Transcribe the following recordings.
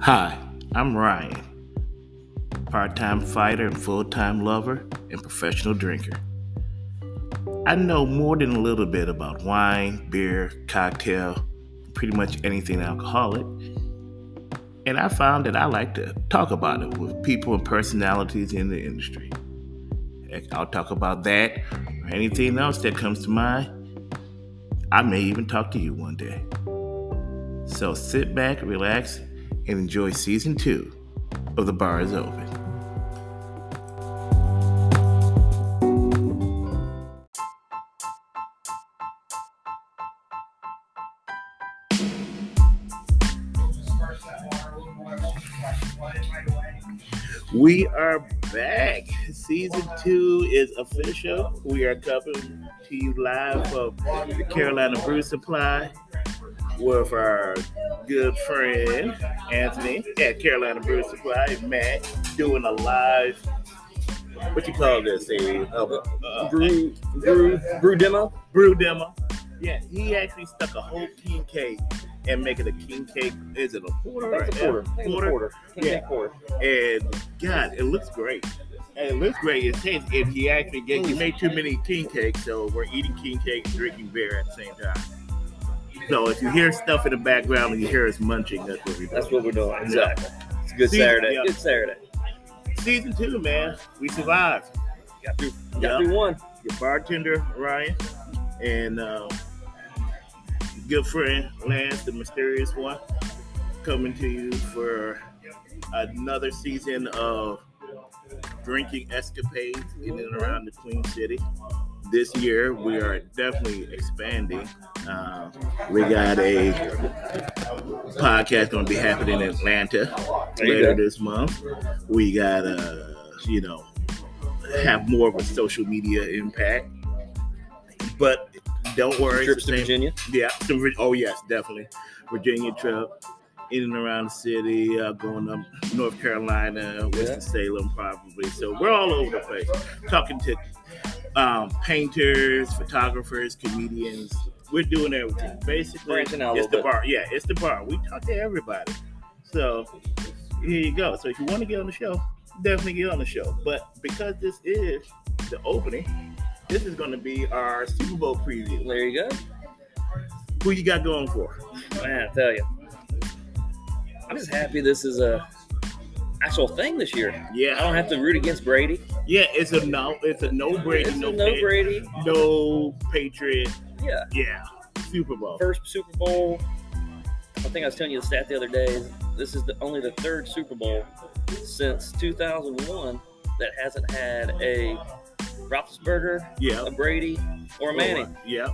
Hi, I'm Ryan, part time fighter and full time lover and professional drinker. I know more than a little bit about wine, beer, cocktail, pretty much anything alcoholic. And I found that I like to talk about it with people and personalities in the industry. Heck, I'll talk about that or anything else that comes to mind. I may even talk to you one day. So sit back, relax, and enjoy season two of The Bar is Open. We are back. Season two is official. We are coming to you live from the Carolina Brew Supply with our good friend Anthony at Carolina Brew Supply, Matt, doing a live. What you call this? Uh, A, a, a brew, brew, brew demo. brew demo. Yeah, he actually stuck a whole king cake and making a king cake. Is it a quarter? That's a or quarter. That's a Quarter? quarter. That's a Yeah. quarter. and God, it looks great. And it looks great. It tastes. And he actually get, he made too many king cakes, so we're eating king cake and drinking beer at the same time. So if you hear stuff in the background and you hear us munching, that's what we do. That's what we're doing. Exactly. It's a good Season- Saturday. yeah. Good Saturday. Season two, man, we survived. Got through. Got Yeah. through one. Your bartender Ryan and uh, good friend Lance, the mysterious one, coming to you for another season of drinking escapades in and around the Queen City. This year, we are definitely expanding. Uh, we got a podcast going to be happening in Atlanta There you later go. this month. We got to, you know, have more of a social media impact. But don't worry, Trips to same- Virginia. yeah. some Vir- oh yes, definitely. Virginia trip, in and around the city, uh, going up North Carolina, Winston Salem, probably. So we're all over the place, talking to um, painters, photographers, comedians. We're doing everything. Basically, Branching out a it's the little bit. bar. Yeah, it's the bar. We talk to everybody. So here you go. So if you want to get on the show, definitely get on the show. But because this is the opening, this is going to be our Super Bowl preview. There you go. Who you got going for? Man, I tell you, I'm just happy this is a actual thing this year. I Yeah, don't have to root against Brady. yeah. It's a no. It's a no Brady, It's no a no Brady, Brady. no Patriot. Yeah. Yeah, Super Bowl. First Super Bowl. I think I was telling you the stat the other day. This is the, only the third Super Bowl since 2001 that hasn't had a Roethlisberger, Yeah. a Brady, or a Oh, Manning Yeah,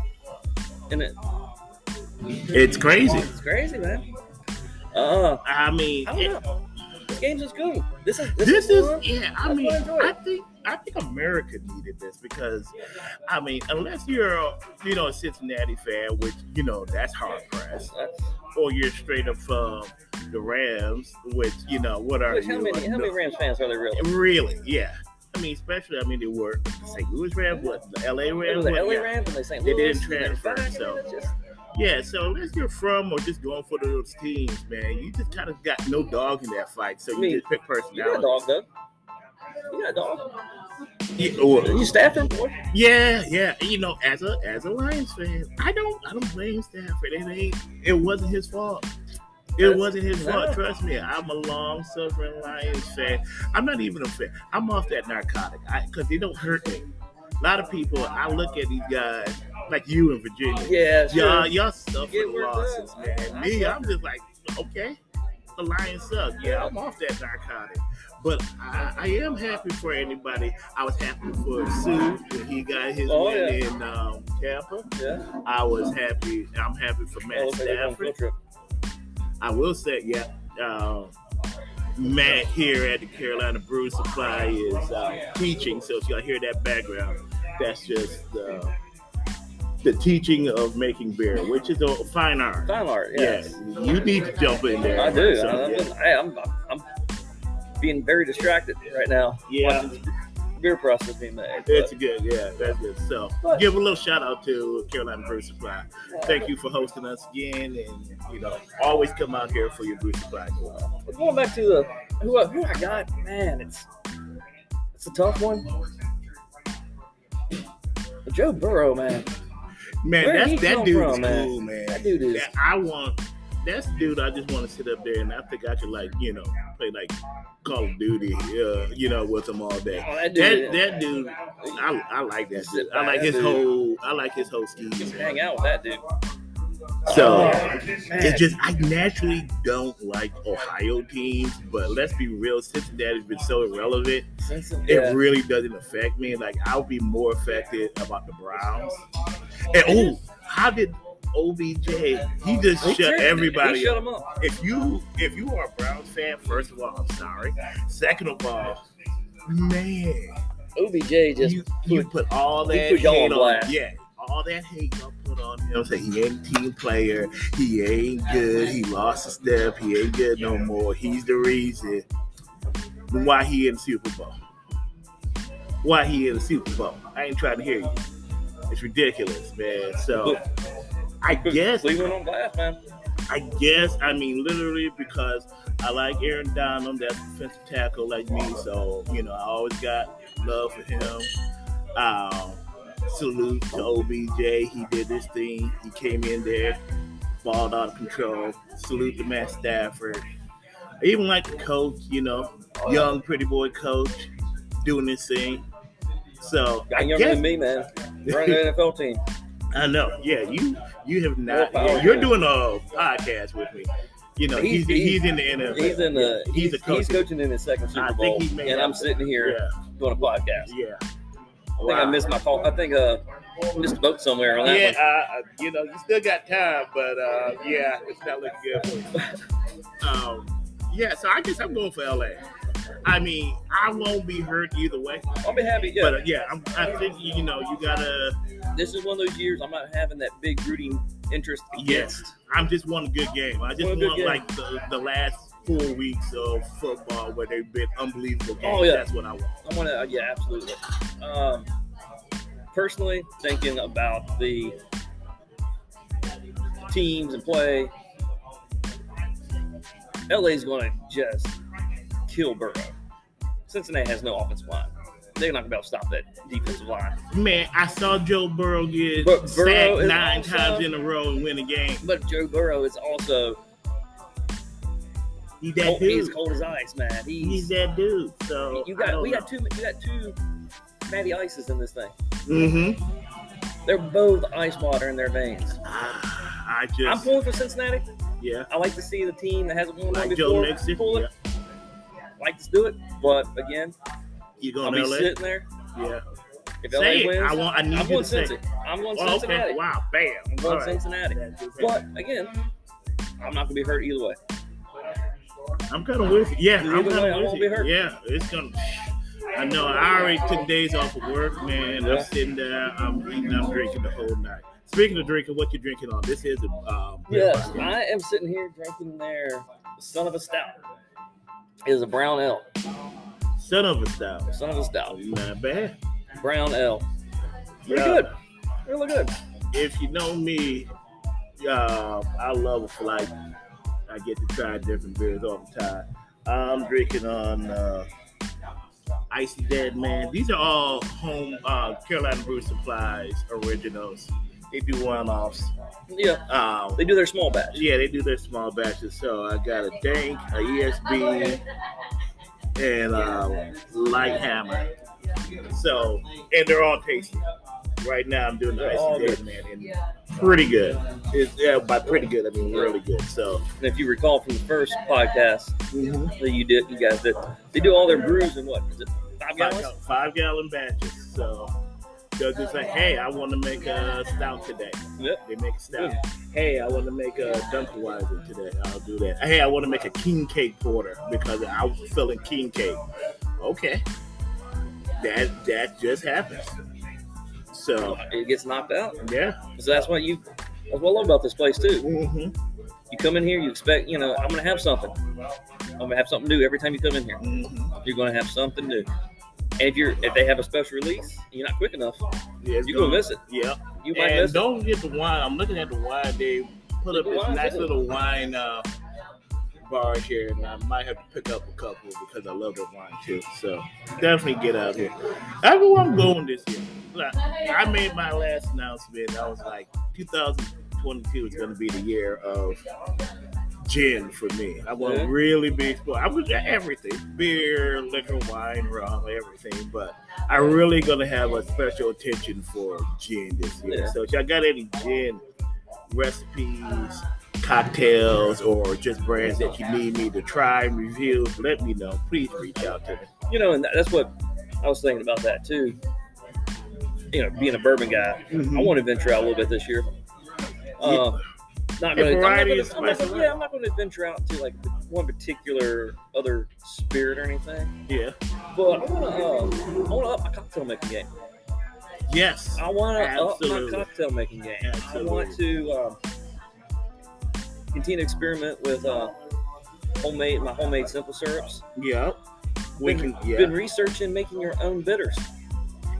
in it. it's crazy. It's crazy, man. Uh, I mean, I don't know. This game's just good. This is it- this, this is fun. yeah. I That's mean, what I enjoy. I think I think America needed this because, I mean, unless you're a, you know a Cincinnati fan, which you know that's hard pressed, or you're straight up from the Rams, which you know what are Which, you? how many like, how no- many Rams fans are there really? Really, yeah. I mean, especially I mean they were the St. Louis Rams, what the LA Rams, It was the what, LA yeah. Rams and they St. They Louis. didn't and they transfer, Friday, so- it's just- Yeah, so unless you're from or just going for those teams, man, you just kind of got no dog in that fight. So you I mean, just pick you got a personality. dog though. You got a dog. Yeah, or- You staffed him, boy. yeah, yeah. You know, as a as a Lions fan, I don't I don't blame Stafford. It ain't it wasn't his fault. It wasn't his fault. No. Trust me, I'm a long suffering Lions fan. I'm not even a fan. I'm off that narcotic because they don't hurt me. A lot of people, I look at these guys like you in Virginia. Yeah, sure. Y'all, y'all suffer Get where it losses, does. man. Me, I'm just like, okay, the Lions suck. Yeah, I'm off that narcotic. But I, I am happy for anybody. I was happy for Sue when he got his Oh, win yeah. in um, Tampa. Yeah. I was happy. I'm happy for Matt Oh, okay, they're going Stafford. field trip. I will say, yeah, um, Matt here at the Carolina Brew Supply is uh, teaching. So if y'all hear that background, that's just uh, the teaching of making beer, which is a fine art. Fine art. Yes, Yes. you need to jump in there. I do. So, I, I'm, I, am i am being very distracted right now. yeah, Watching beer process being made. It's but- good, yeah, that's good. So, But- give a little shout out to Carolina Brew Supply. Thank you for hosting us again, and you know, always come out here for your brew supply. But uh, going back to the who I, who I got, man, it's it's a tough one. But Joe Burrow, man, Man, Where he that's that come dude from, is man? cool, man. that dude is. That I want. That's the dude. I just want to sit up there, and I think I could like you know play like Call of Duty, uh, you know, with him all day. Oh, that That dude. that dude, I, I like that dude. I like That his dude. whole. I like his whole scheme. just man. hang out with that dude. Oh, So Man, it's just I naturally don't like Ohio teams, but let's be real, Cincinnati's been so irrelevant. since- It yeah. really doesn't affect me. Like I'll be more affected about the Browns. And oh, how did OBJ? He just He shut turned- everybody he up shut him up. if you if you are a Browns fan, first of all, I'm sorry. Second of all, man, OBJ just you, you put all he that put y'all hate on on, blast. yeah, all that hate y'all put on him. Say he ain't a team player, he ain't good, he lost a step, he ain't good no more. He's the reason why he in the Super Bowl. Why he in the Super Bowl? I ain't trying to hear you. It's ridiculous, man. So I put guess Cleveland on blast, man. I guess I mean literally because I like Aaron Donham, that's a defensive tackle like me, so you know I always got love for him. Um, salute to OBJ, he did this thing. He came in there, balled out of control. Salute to Matt Stafford. I even like the coach, you know, young pretty boy coach, doing this thing. So I You're younger guess than me, man. You're on the NFL team. I know. Yeah, you you have not. Well, yeah, you're doing a podcast with me. You know, he's He's- he's, in the NFL. He's in the. Yeah, He's, he's a coach. He's coaching in his second I Super think Bowl, he made and that. I'm sitting here yeah, doing a podcast. yeah. I think I missed my call. I think uh missed a vote somewhere on that Yeah, one. uh, you know, you still got time, but uh, yeah, it's not looking good. For you. um, yeah, so I guess I'm going for LA. I mean, I won't be hurt either way, I'll be happy. Yeah, but uh, yeah, I'm, I think you know you gotta. this is one of those years I'm not having that big rooting interest Yes. against. I'm just want a good game. I just Want a good want game. like the, the last four weeks of football where they've been unbelievable games. Oh, yeah. that's what I want. I want to. uh, Yeah, absolutely. Um, personally, thinking about the teams and play, LA's going to just kill Burrow. Cincinnati has no offensive line. They're not going to be able to stop that defensive line. Man, I saw Joe Burrow get But Burrow sacked is nine also- times in a row and win a game. But Joe Burrow is also He that cold, Oh, he's dude. cold as ice, man. He's, He's that dude. So you I got don't we know. got two you got two Matty Ices in this thing. Mm-hmm. They're both ice water in their veins. I I'm just pulling for Cincinnati. yeah. I like to see the team that hasn't won one Like Joe before. Mixon, pull yeah. it. Like to do it, but again, you I'll going be to LA? sitting there. Yeah, If say LA it. wins, I want. I need I'm you going to say. it. Cincinnati. I'm going Oh, Cincinnati. okay. Wow. Bam. I'm All going right. Cincinnati. Yeah, just- But again, I'm not gonna be hurt either way. I'm kind of with you. Yeah, Either I'm way, I kind of won't with be you. hurt. Yeah, it's gonna. I know. I already took days off of work, man. I'm Yeah. sitting there. I'm eating. I'm drinking the whole night. Speaking of drinking, what you drinking on? This is a. Um, Yeah, I am sitting here drinking their son of a stout. It is a brown ale. Son of a style. Son of a stout. Not bad. Brown ale. Pretty Yeah. good. Really good. If you know me, uh, I love a flight. I get to try different beers all the time. I'm drinking on uh, Icy Dead Man. These are all home uh, Carolina Brew Supplies originals. They do one offs. Yeah, Um, they do their small batch. yeah, they do their small batches. So I got a Dank, a ESB, and uh, Light Hammer. So, and they're all tasty. Right now, I'm doing the They're all Icy Dead Man, and pretty good. It's, yeah, by pretty good, I mean really good. So, And if you recall from the first podcast that you did, you guys did, they do all their brews in what? Is it five five, gallons? gal- five gallon batches. So they'll just say, hey, I want to make a stout today. Yep. They make a stout. Hey, I want to make a Dunkelweizen today. I'll do that. Hey, I want to make a king cake porter because I'm feeling king cake. Okay. That that just happens. So It gets knocked out. yeah. So that's what you. That's what I love about this place too. Mm-hmm. You come in here, you expect, you know, I'm gonna have something. I'm gonna have something new every time you come in here. Mm-hmm. You're gonna have something new. And if you're if they have a special release, and you're not quick enough, Yeah, it's you gonna gonna- miss it. Yep. You might And miss it. don't get the wine. I'm looking at the wine. They put up The this wine, nice yeah. little wine uh, bar here, and I might have to pick up a couple because I love the wine too. So definitely get out here. That's where I'm going this year. Like, I made my last announcement. I was like, 2022 is going to be the year of gin for me. I want Yeah. to really be exploring. I'm going to everything beer, liquor, wine, rum, everything. But I really going to have a special attention for gin this year. Yeah. So if y'all got any gin recipes, cocktails, or just brands that you need me to try and review, let me know. Please reach out to me. You know, and that's what I was thinking about that too. You know, being a bourbon guy, I want to venture out a little bit this year. Uh, not Yeah, really. I'm not variety gonna- is I'm not gonna- spicy. yeah, I'm not going to venture out to like one particular other spirit or anything. Yeah. But I want to, uh, I want to up my cocktail making game. Yes. I want to up my Absolutely. cocktail making game. Absolutely. I want to um, continue to experiment with uh, homemade my homemade simple syrups. Yeah. We Been- can. Yeah. Been researching making your own bitters.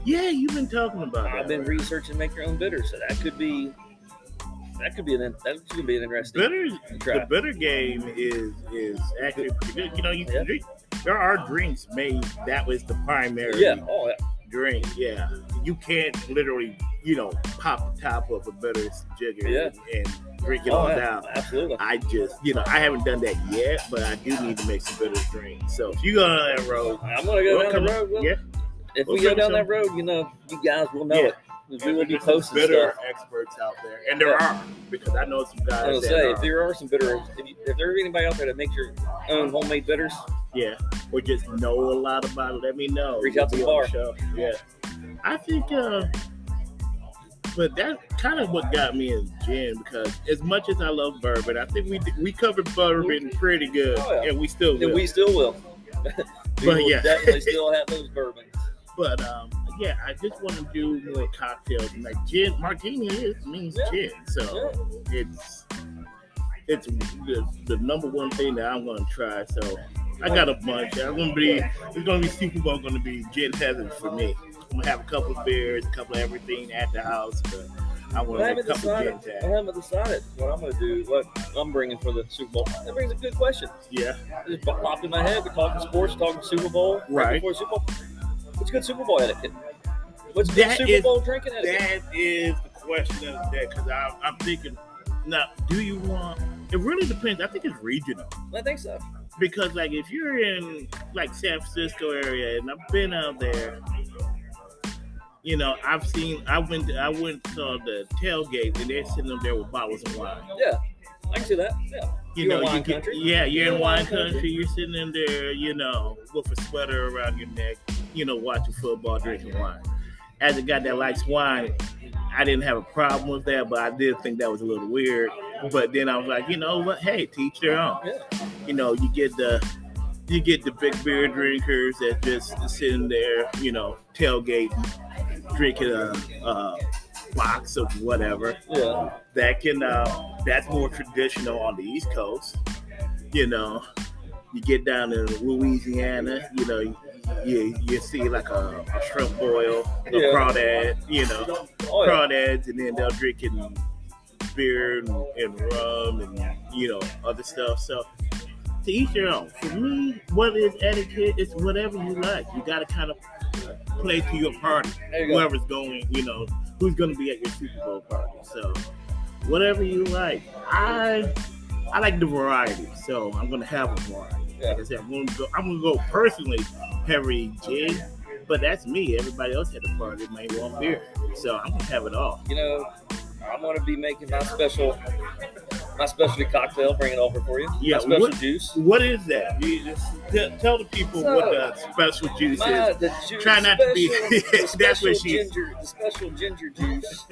Yeah, you've been talking about that. I've been researching make your own bitters, so that could be that could be an that's gonna be an interesting bitter. try. The bitter game is is actually pretty good. You know, you can Yeah. drink. There are drinks made that was the primary yeah, oh yeah, drink. Yeah, you can't literally, you know, pop the top of a bitter jigger Yeah. and, and drink it oh, all yeah, down. absolutely. I just, you know, I haven't done that yet, but I do need to make some bitter drinks. So if you go on that road, I'm gonna go we'll down come- the road. We'll, yeah, if we'll we go figure down that some- road, you know, you guys will know Yeah. it. 'Cause We will be There's some posting bitter stuff. experts out there, and there Yeah. are because I know some I guys. was that gonna say, are. if there are some bitter, if, you, if there's anybody out there that makes your own homemade bitters, Yeah, or just know a lot about it. Let me know. Reach out to We'll the be on show. Yeah, I think. uh But that's kind of what got me in gin because as much as I love bourbon, I think we we covered bourbon pretty good, Oh, yeah. and we still then will. we still will. we But will yeah. definitely still have those bourbons. but um, yeah, I just want to do more cocktails and like gin. Martini is means Yeah. gin, so it's it's the, the number one thing that I'm gonna try. So. I got a bunch. I'm gonna be. It's gonna be Super Bowl. Gonna be gin heaven for me. I'm gonna have a couple of beers, a couple of everything at the house, but I want I to have a haven't couple of decided. gin I tags. haven't decided what I'm gonna do. What I'm bringing for the Super Bowl. That brings a good question. Yeah, It just pop- popped in my head. We're talking sports, talking Super Bowl, Right. Before Super Bowl. What's good Super Bowl etiquette? What's good That Super is- Bowl drinking etiquette? that is the question of the day because I'm, I'm thinking now. Do you want? It really depends. I think it's regional I think so. because, like, if you're in like San Francisco area, and I've been out there. You know, I've seen. I went. I went to the tailgate, and they're sitting up there with bottles of wine. Yeah, I can see that. Yeah, you You're know, in wine you get, country. yeah, you're in wine country. country. You're sitting in there, you know, with a sweater around your neck, you know, watching football, drinking wine. As a guy that likes wine, I didn't have a problem with that, but I did think that was a little weird. But then I was like, you know what? Hey, teach their own. You know, you get the you get the big beer drinkers that just sitting there, you know, tailgating, drinking a, a box of whatever yeah. that can uh, that's more traditional on the East Coast. You know, you get down to Louisiana, you know, you you see like a, a shrimp boil, a Yeah. crawdad, you know, Oh yeah. crawdads, and then they'll drinking beer and, and rum and you know other stuff. So to each your own. For me, what is etiquette? It's whatever you like. You got to kind of play to your party There you go. whoever's going, you know, who's going to be at your Super Bowl party. So, whatever you like, I I like the variety. So I'm going to have a variety. Like I said, I'm going to go. I'm going to go personally heavy gin, but that's me. Everybody else at the party may want beer, so I'm going to have it all. You know, I'm gonna be making my special, my specialty cocktail. Bring it over for you. Yeah, My special what- juice. What is that? You just t- tell the people what the special juice My, is. the juice. Try not to be- special- the That's special what she- ginger. The special ginger juice.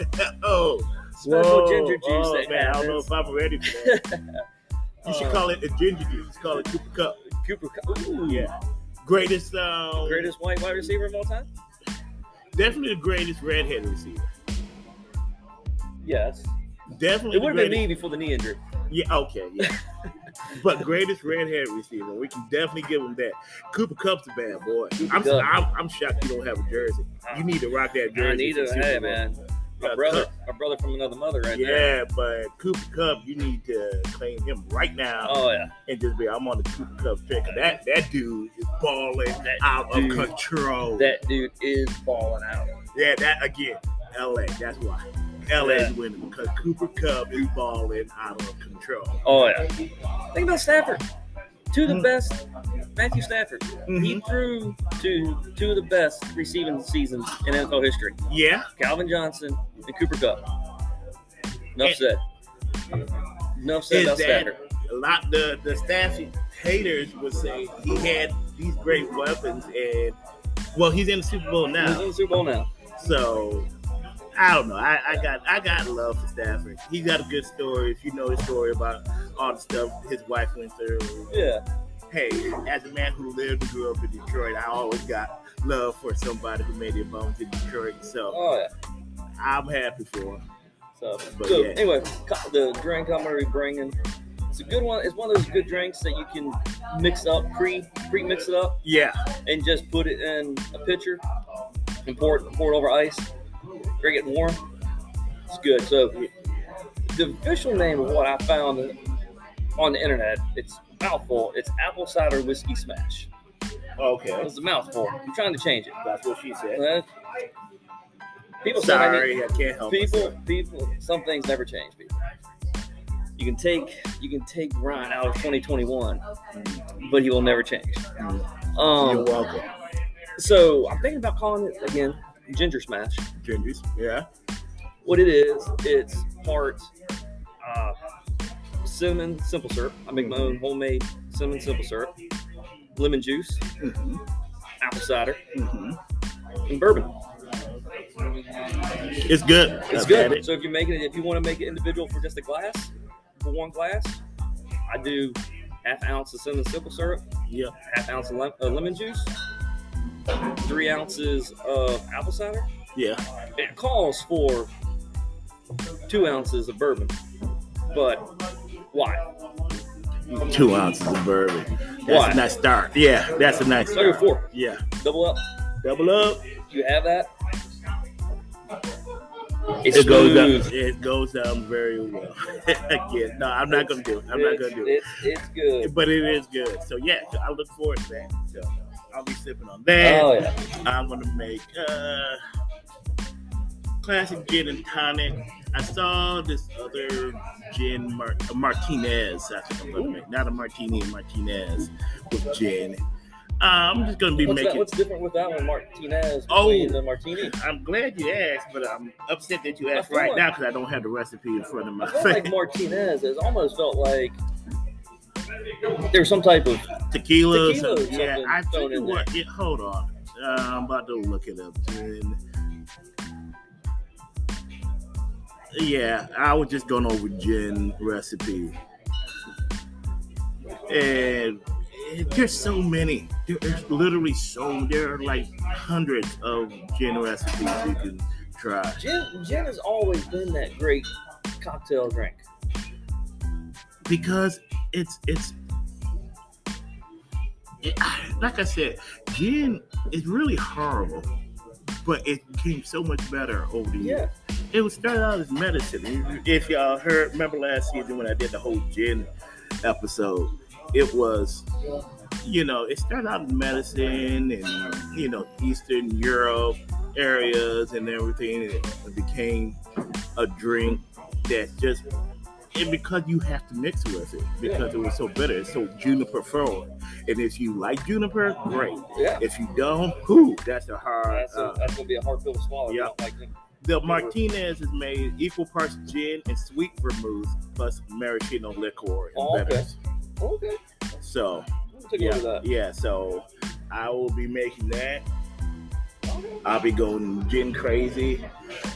Oh, Special whoa, ginger juice Oh, that man, I don't know happens. if I'm ready for that. you should Uh, call it a ginger juice. Call it Cooper Cup. Cooper. Cup. Ooh, Yeah. Greatest, um, Greatest white wide receiver of all time. definitely the greatest redhead receiver. Yes. Definitely. It would have been the me before the knee injury. greatest- Yeah. Okay. Yeah. but greatest redhead receiver. We can definitely give him that. Cooper Cup's a bad boy. Cooper I'm, Kupp. I'm I'm shocked you don't have a jersey. You need to rock that jersey. I need for to, Super hey Bowl. man, my Yeah, brother, Cup. my brother from another mother, right yeah, there. but Cooper Cup, you need to claim him right now Oh yeah, and just be. I'm on the Cooper Cup check. That that dude is balling That out dude. of control. that dude is balling out. yeah, that again. L.A. That's why. L.A. Yeah. is winning because Cooper Cup is balling out of control. Oh yeah. Think about Stafford. Two of the Mhm. best, Matthew Stafford. He Mhm. threw to two of the best receiving seasons in NFL history: Yeah, Calvin Johnson and Cooper Cup. Enough And- said. Enough said Is about that- Stafford. a lot the the staff haters would say he had these great weapons and well he's in the Super Bowl He's in now, the Super Bowl now. so I don't know. I, I got I got love for Stafford. He got a good story. If you know his story about all the stuff his wife went through, Yeah. hey, as a man who lived and grew up in Detroit, I always got love for somebody who made their bones in Detroit. So Oh yeah. I'm happy for him. So, But so yeah. anyway, co- the drink I'm gonna be bringing. It's a good one. It's one of those good drinks that you can mix up, pre pre mix it up, Yeah, and just put it in a pitcher and pour it pour it over ice. Drink it warm. It's good. So the official name of what I found on the internet, it's mouthful. It's apple cider whiskey smash. okay, It's a mouthful. I'm trying to change it. that's what she said. Uh, People say I need- Sorry, I can't help people people some things never change people you can take you can take ryan out of 2021 but he will never change You're um welcome. so i'm thinking about calling it again ginger smash Gingers. Yeah. what it is it's part uh, cinnamon simple syrup i make my own homemade cinnamon simple syrup lemon juice Mm-hmm. apple cider and bourbon It's good. It's I've good. had it. So if you're making it, if you want to make it individual for just a glass, for one glass, I do half ounce of cinnamon simple syrup, Yeah. half ounce of lem- uh, lemon juice, three ounces of apple cider. Yeah. It calls for two ounces of bourbon, but why? Two ounces of bourbon. That's Why? a nice start. Yeah. That's a nice So I go start. four, Yeah. double up. Double up. You have that. It's it goes smooth. down. It goes down very well. Again, no, I'm not gonna do it. I'm not gonna do it. It's, it's, it's good. But it is good. So yeah, so I look forward to that. So I'll be sipping on that. Oh yeah. I'm gonna make uh classic gin and tonic. I saw this other gin mar- uh, Martinez. I think I'm gonna make not a martini, a Martinez with gin. Uh, I'm just gonna be What's, that, making. what's different with that one, Martinez? Oh. between the martini. I'm glad you asked, but I'm upset that you I asked feel right like- now because I don't have the recipe in front of my I felt like face. Martinez has almost felt like there was some type of Tequila, or Tequila something. or yeah. something I thrown tell you in there. what, it, hold on. Uh, I'm about to look it up. Gin. Yeah, I was just going over gin recipe, and eh, there's so many. There- There's literally so there are like hundreds of gin recipes you can try. gin. Gin has always been that great cocktail drink. because it's it's it, like I said, gin is really horrible, but it became so much better over the years. Yeah, It was started out as medicine. If y'all heard, remember last season when I did the whole gin episode, it was. You know, it started out as medicine and, you know, Eastern Europe areas and everything. And it became a drink that just and because you have to mix with it because it was so bitter, it's so juniper forward. And if you like juniper, great. yeah. If you don't, whoo, that's a hard. That's, a, Uh, that's gonna be a hard pill to swallow. yeah. Not Like, the Martinez is made equal parts gin and sweet vermouth plus maraschino liquor and Oh, okay. bitters. okay, So I'm gonna take a yeah, look at yeah. So I will be making that. that. Okay. I'll be going gin crazy.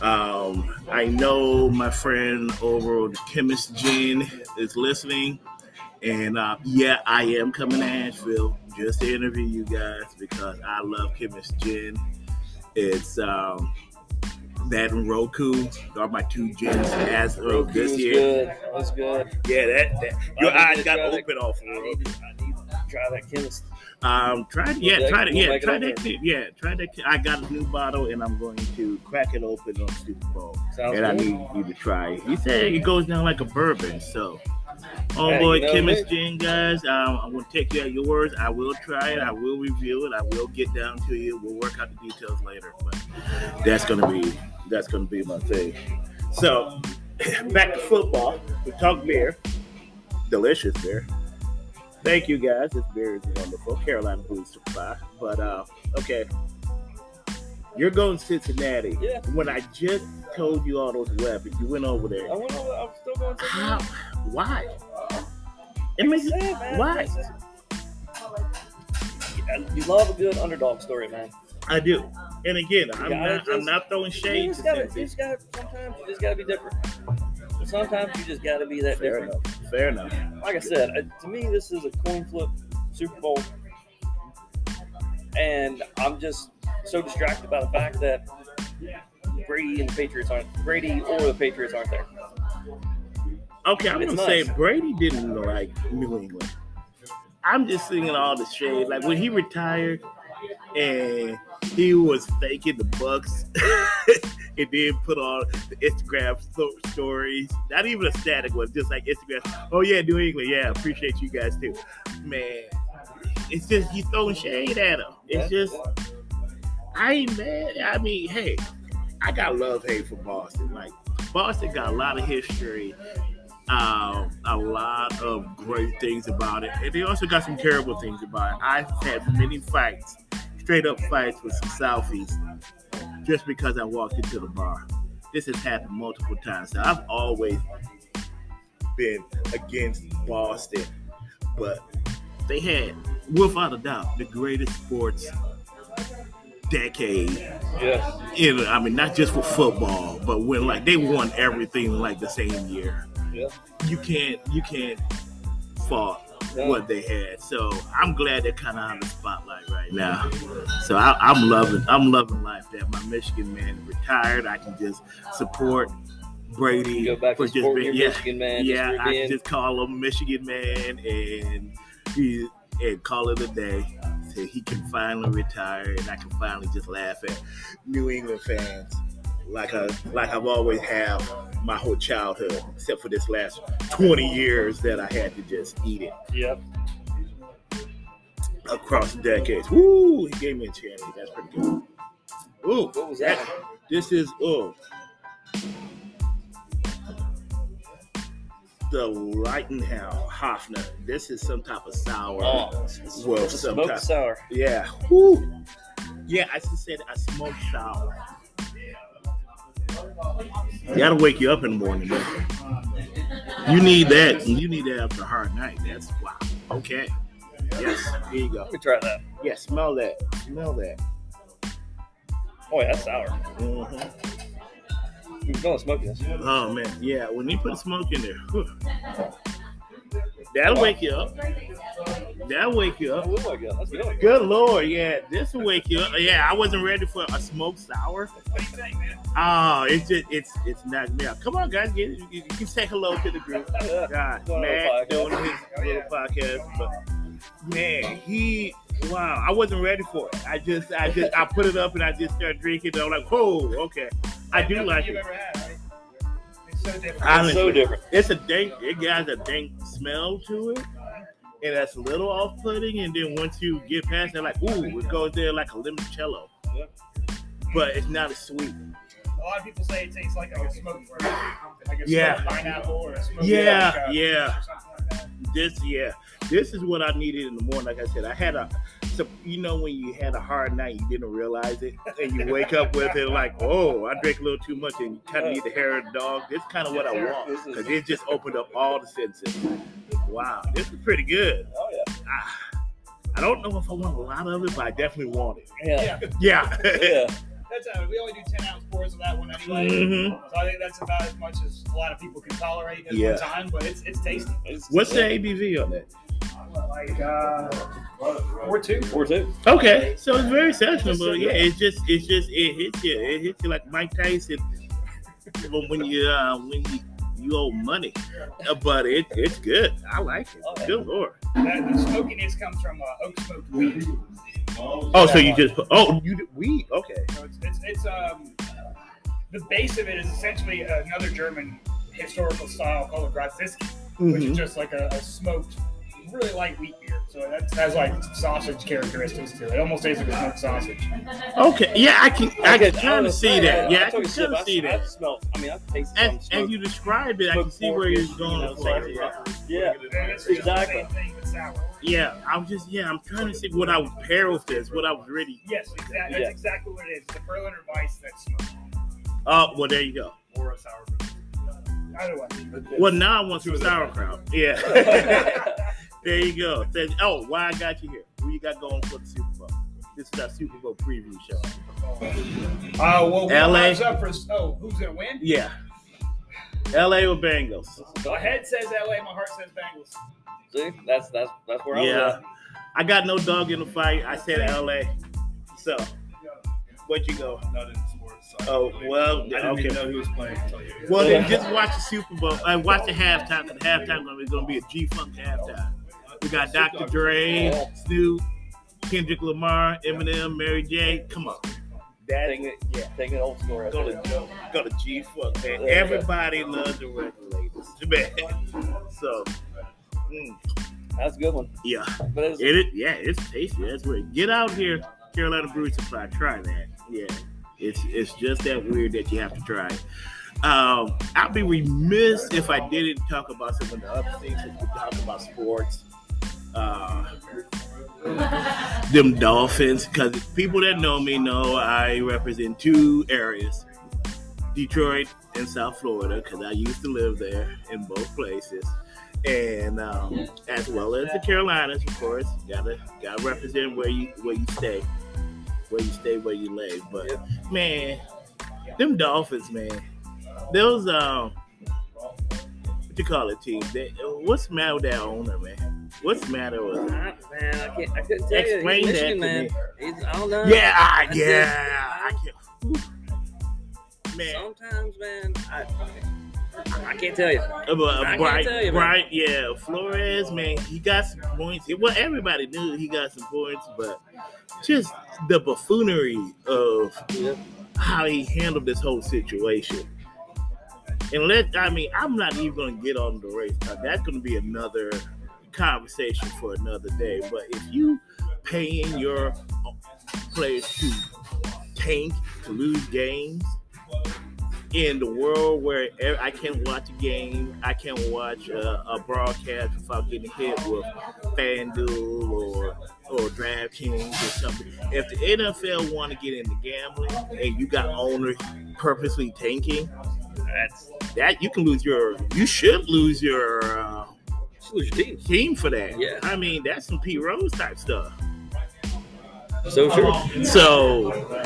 Um, I know my friend over at Chemist Gin is listening. And uh, yeah, I am coming to Asheville just to interview you guys because I love Chemist Gin. It's um, That and Roku are my two gems as of Roku's this year. good. That's good. Yeah, that, that your I need eyes to got try that- open off. of I Roku. need to, I need to try that chemist. Um, try it. Yeah, We'll try make- it. we'll Yeah, make it try up that. Yeah, try that. I got a new bottle and I'm going to crack it open on Super Bowl. Sounds and I good. need you to try it. You said it goes down like a bourbon, so. Oh Hey, boy, you know Chemist me. Gin, guys. Um, I'm gonna take you at your words. I will try it. I will review it. I will get down to you. We'll work out the details later. But that's gonna be that's gonna be my thing. So back to football. We talk beer. Delicious beer. Thank you guys. This beer is wonderful. Carolina Blue Supply. But uh, okay. You're going to Cincinnati. Yeah. When I just told you all those weapons, you went over there. I wonder what- I'm still going to. How? Why? It makes Yeah, man. why? You love a good underdog story, man. I do. And again, I'm Yeah, I not. I'm just- not throwing You shade. just to gotta, you Cincy. just gotta, sometimes you just gotta be different. Sometimes you just gotta be that Fair different. enough. Fair enough. Like I said, uh, to me, this is a coin flip Super Bowl. And I'm just so distracted by the fact that Brady and the Patriots aren't Brady or the Patriots aren't there. Okay, I'm It's gonna say nice. Brady didn't like New England. I'm just seeing all the shade. Like when he retired and he was faking the Bucks and then put on the Instagram sto- stories. Not even a static one, just like Instagram. Oh yeah, New England. Yeah, appreciate you guys too. Man, it's just he's throwing shade at him. It's just I ain't mad. I mean, hey, I got love hate for Boston. Like Boston got a lot of history, um, a lot of great things about it, and they also got some terrible things about it. I've had many fights, straight up fights with some Southies, just because I walked into the bar. This has happened multiple times. So I've always been against Boston, but they had, without a doubt, the greatest sports decade Yes. in, I mean, not just for football, but when like they won everything like the same year, Yeah. you can't you can't fault No. what they had. So I'm glad they're kind of on the spotlight right now. So I, I'm loving I'm loving life that my Michigan man retired. I can just support Brady Go back for to just supporting your being yeah Michigan man. yeah. just for I being- can just call him Michigan man and he, and call it a day. So he can finally retire, and I can finally just laugh at New England fans like I like I've always have my whole childhood, except for this last 20 years that I had to just eat it yeah. across the decades. Woo! He gave me a chance. That's pretty good. Ooh, What was that? this is um, ooh. The Lightenhouse Hoffner. This is some type of sour. Oh, it's, it's, Well, it's a smoked sometimes- sour. Yeah. Woo. Yeah, I just said I smoke sour. That'll wake you up in the morning. Man. You need that. You need that after a hard night. That's wow. Okay. Yes. Here you go. Let me try that. Yeah, smell that. Smell that. Oh, yeah, that's sour. Mhm. You can smell the smokiness. Oh man, yeah. When you put smoke in there, whew. that'll wake you up. That'll wake you Oh, up. my God. That's good. Good lord, yeah. This will wake you up. Yeah, I wasn't ready for a smoked sour. What do you think, man? Oh, it's just it's it's not me out. Come on, guys, get you, you can say hello to the group. Yeah. God, Well, Matt podcast. doing his little podcast, but man, he wow, I wasn't ready for it. I just I just I put it up and I just started drinking. And I'm like, whoa, okay. I do like it. It's so different. It's a dank. It has a dank smell to it, and that's a little off-putting. And then once you get past it, like ooh, it goes there like a limoncello. Yeah. But it's not as sweet. A lot of people say it tastes like a smoked fruit, like a Yeah. smoked pineapple or a smoked Yeah, apricot yeah. or something like that. This yeah, this is what I needed in the morning. Like I said, I had a, so, you know, when you had a hard night, you didn't realize it, and you wake up with it like, oh, I drank a little too much, and you kind of need the hair of the dog. This kind of what I want This is- because it just opened up all the senses. Wow, this is pretty good. Oh, yeah. Ah, I don't know if I want a lot of it, but I definitely want it. Yeah. Yeah. Yeah. That's how we only do ten ounce pours of that one anyway. Mhm. So I think that's about as much as a lot of people can tolerate at Yeah. one time, but it's it's tasty. It's- What's the yeah. ABV on that? Well, like uh, four two. Four two. Okay, so it's very sessionable. Yeah, it's just it's just it hits you. It hits you like Mike Tyson when when you uh, when you, you owe money. Uh, But it it's good. I like it. Good lord. That, the smokiness comes from uh, oak smoked wheat. Oh, so you just put, oh you did weed? Okay. So it's, it's, it's um the base of it is essentially another German historical style called a Grausiski, which Mm-hmm. is just like a, a smoked, really light wheat beer. So that's has like sausage characteristics to it. It almost tastes like a smoked sausage. Okay. Yeah, I can I can was kind gonna of see say, that. Yeah, I took can a sip. kind of see I, I that. smelled. I mean, I tasted some As, smoke. as you describe it, I can see where you're going for it. Yeah, And it's just exactly. The same thing with sour. Yeah, I'm just yeah, I'm trying to see what I would pair with this, what I was really Yes, exactly. That's Yeah. exactly what it is. The Berliner Weiss that's smoked. uh well there you go. Or a sour. Either way. Well now I want some sauerkraut. Yeah. There you go. Says, oh, why I got you here? Who you got going for the Super Bowl? This is our Super Bowl preview show. Uh, well, LA. LA's up for. Oh, who's gonna win? Yeah. LA or Bengals? My head says LA, my heart says Bengals. See, that's that's that's where I was. Yeah. I got no dog in the fight. I said LA. So, where'd you go? Not in sports. So Oh, well, I didn't okay. even know he was playing until you. Well, then just watch the Super Bowl and watch the halftime. Cause the halftime gonna be- gonna be a G Funk halftime. We got Dr. Dre, Snoop, Kendrick Lamar, Eminem, Mary J. Come on, at. Taking it, yeah, taking it old school right go there. to go to G Funk, man. Everybody loves the regulators, man. So, mm, That's a good one. yeah, But it's, it is. Yeah, it's tasty. That's weird. Get out here, Carolina Brewery Supply. Try that. Yeah, it's it's just that weird that you have to try. it. Um, I'd be remiss if I didn't talk about some of the other things that we talk about sports. Uh, them Dolphins, because people that know me know I represent two areas Detroit and South Florida, because I used to live there in both places. And um, as well as the Carolinas, of course, gotta gotta represent where you where you stay, where you stay, where you lay. But man, them Dolphins, man, those um, what you call it, team? They, what's the matter with that owner, man? What's the matter with? I, man, I can't. I couldn't tell Explain you. that He's to Michigan, man. me. He's, I don't know. Yeah, I, That's it. yeah, I can't. Man, Sometimes, man, I, I can't tell you. uh, but can't tell Bright, you, man. Bright, yeah, Flores, man, he got some points. Well, everybody knew he got some points, but just the buffoonery of Yeah. how he handled this whole situation. And let I mean, I'm not even gonna get on the race. Now, that's gonna be another conversation for another day. But if you paying your players to tank to lose games in the world where e- I can't watch a game, I can't watch a, a broadcast without getting hit with FanDuel or or DraftKings or something. If the NFL want to get into gambling and you got owners purposely tanking, that's that you can lose your you should lose your uh, Just lose your team. team for that. Yeah. I mean that's some Pete Rose type stuff. So sure. So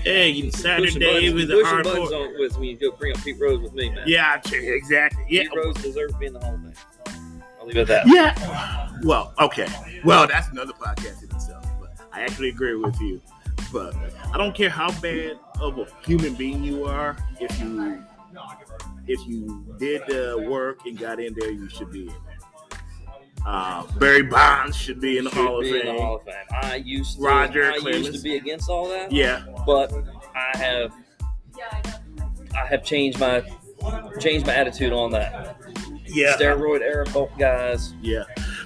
hey, Saturday was a Push your hard buttons on with me. Go bring up Pete Rose with me, man. Yeah, I- exactly. Yeah, Pete Rose deserves to be in the Hall of Fame. I'll leave it at that. Yeah. Well, okay. Well, that's another podcast in itself. But I actually agree with you. But I don't care how bad of a human being you are, if you if you did the work and got in there, you should be in there. Uh, Barry Bonds should be in the Should Hall of be in the Hall Fame. of Fame. I used to, Roger I used Clemens. to be against all that, Yeah. but I have I have changed my changed my attitude on that. Yeah. Steroid era both guys. Yeah.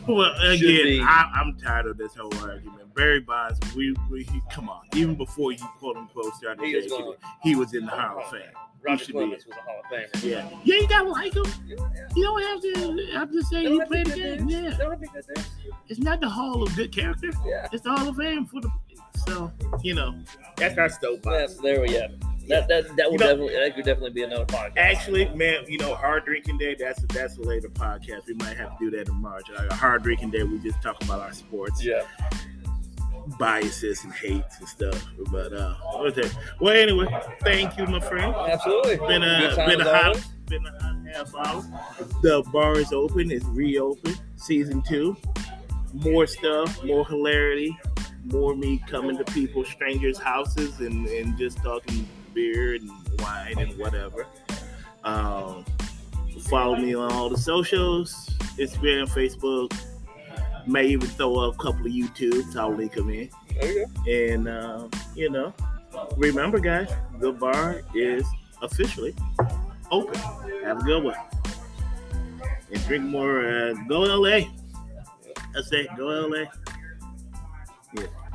Well, Should be. again, I, I'm tired of this whole argument. Barry Bonds, we, we he- come on. Even before you quote unquote started He was dating, gonna- he was in the Hall of Fame. He Roger should be. Clemens was a Hall of Famer. Yeah. You ain't gotta like him. You don't have to. I'm just saying you play the game. Yeah. That would be good news. It's not the Hall of Good Character. Yeah. It's the Hall of Fame for the. So you know. That's our soapbox. Yes, there we go. That that that would You know- definitely that could definitely be another podcast. Actually, man, you know, hard drinking day. That's that's a later podcast. We might have to do that in March. Like a hard drinking day, we just talk about our sports yeah. biases and hates and stuff. But uh, okay. Well, anyway, thank you, my friend. Absolutely. Been Good a time been as a hot always. been a hot half hour. The bar is open. It's reopened. Season two. more stuff, more hilarity, more me coming to people, strangers' houses, and, and just talking beer and wine and whatever. Um, follow me on all the socials, Instagram, Facebook. May even throw up a couple of YouTubes. I'll link them in. There you go. And uh, you know, remember, guys, the bar is officially open. Have a good one. And drink more. Uh, go LA. That's it. Go LA.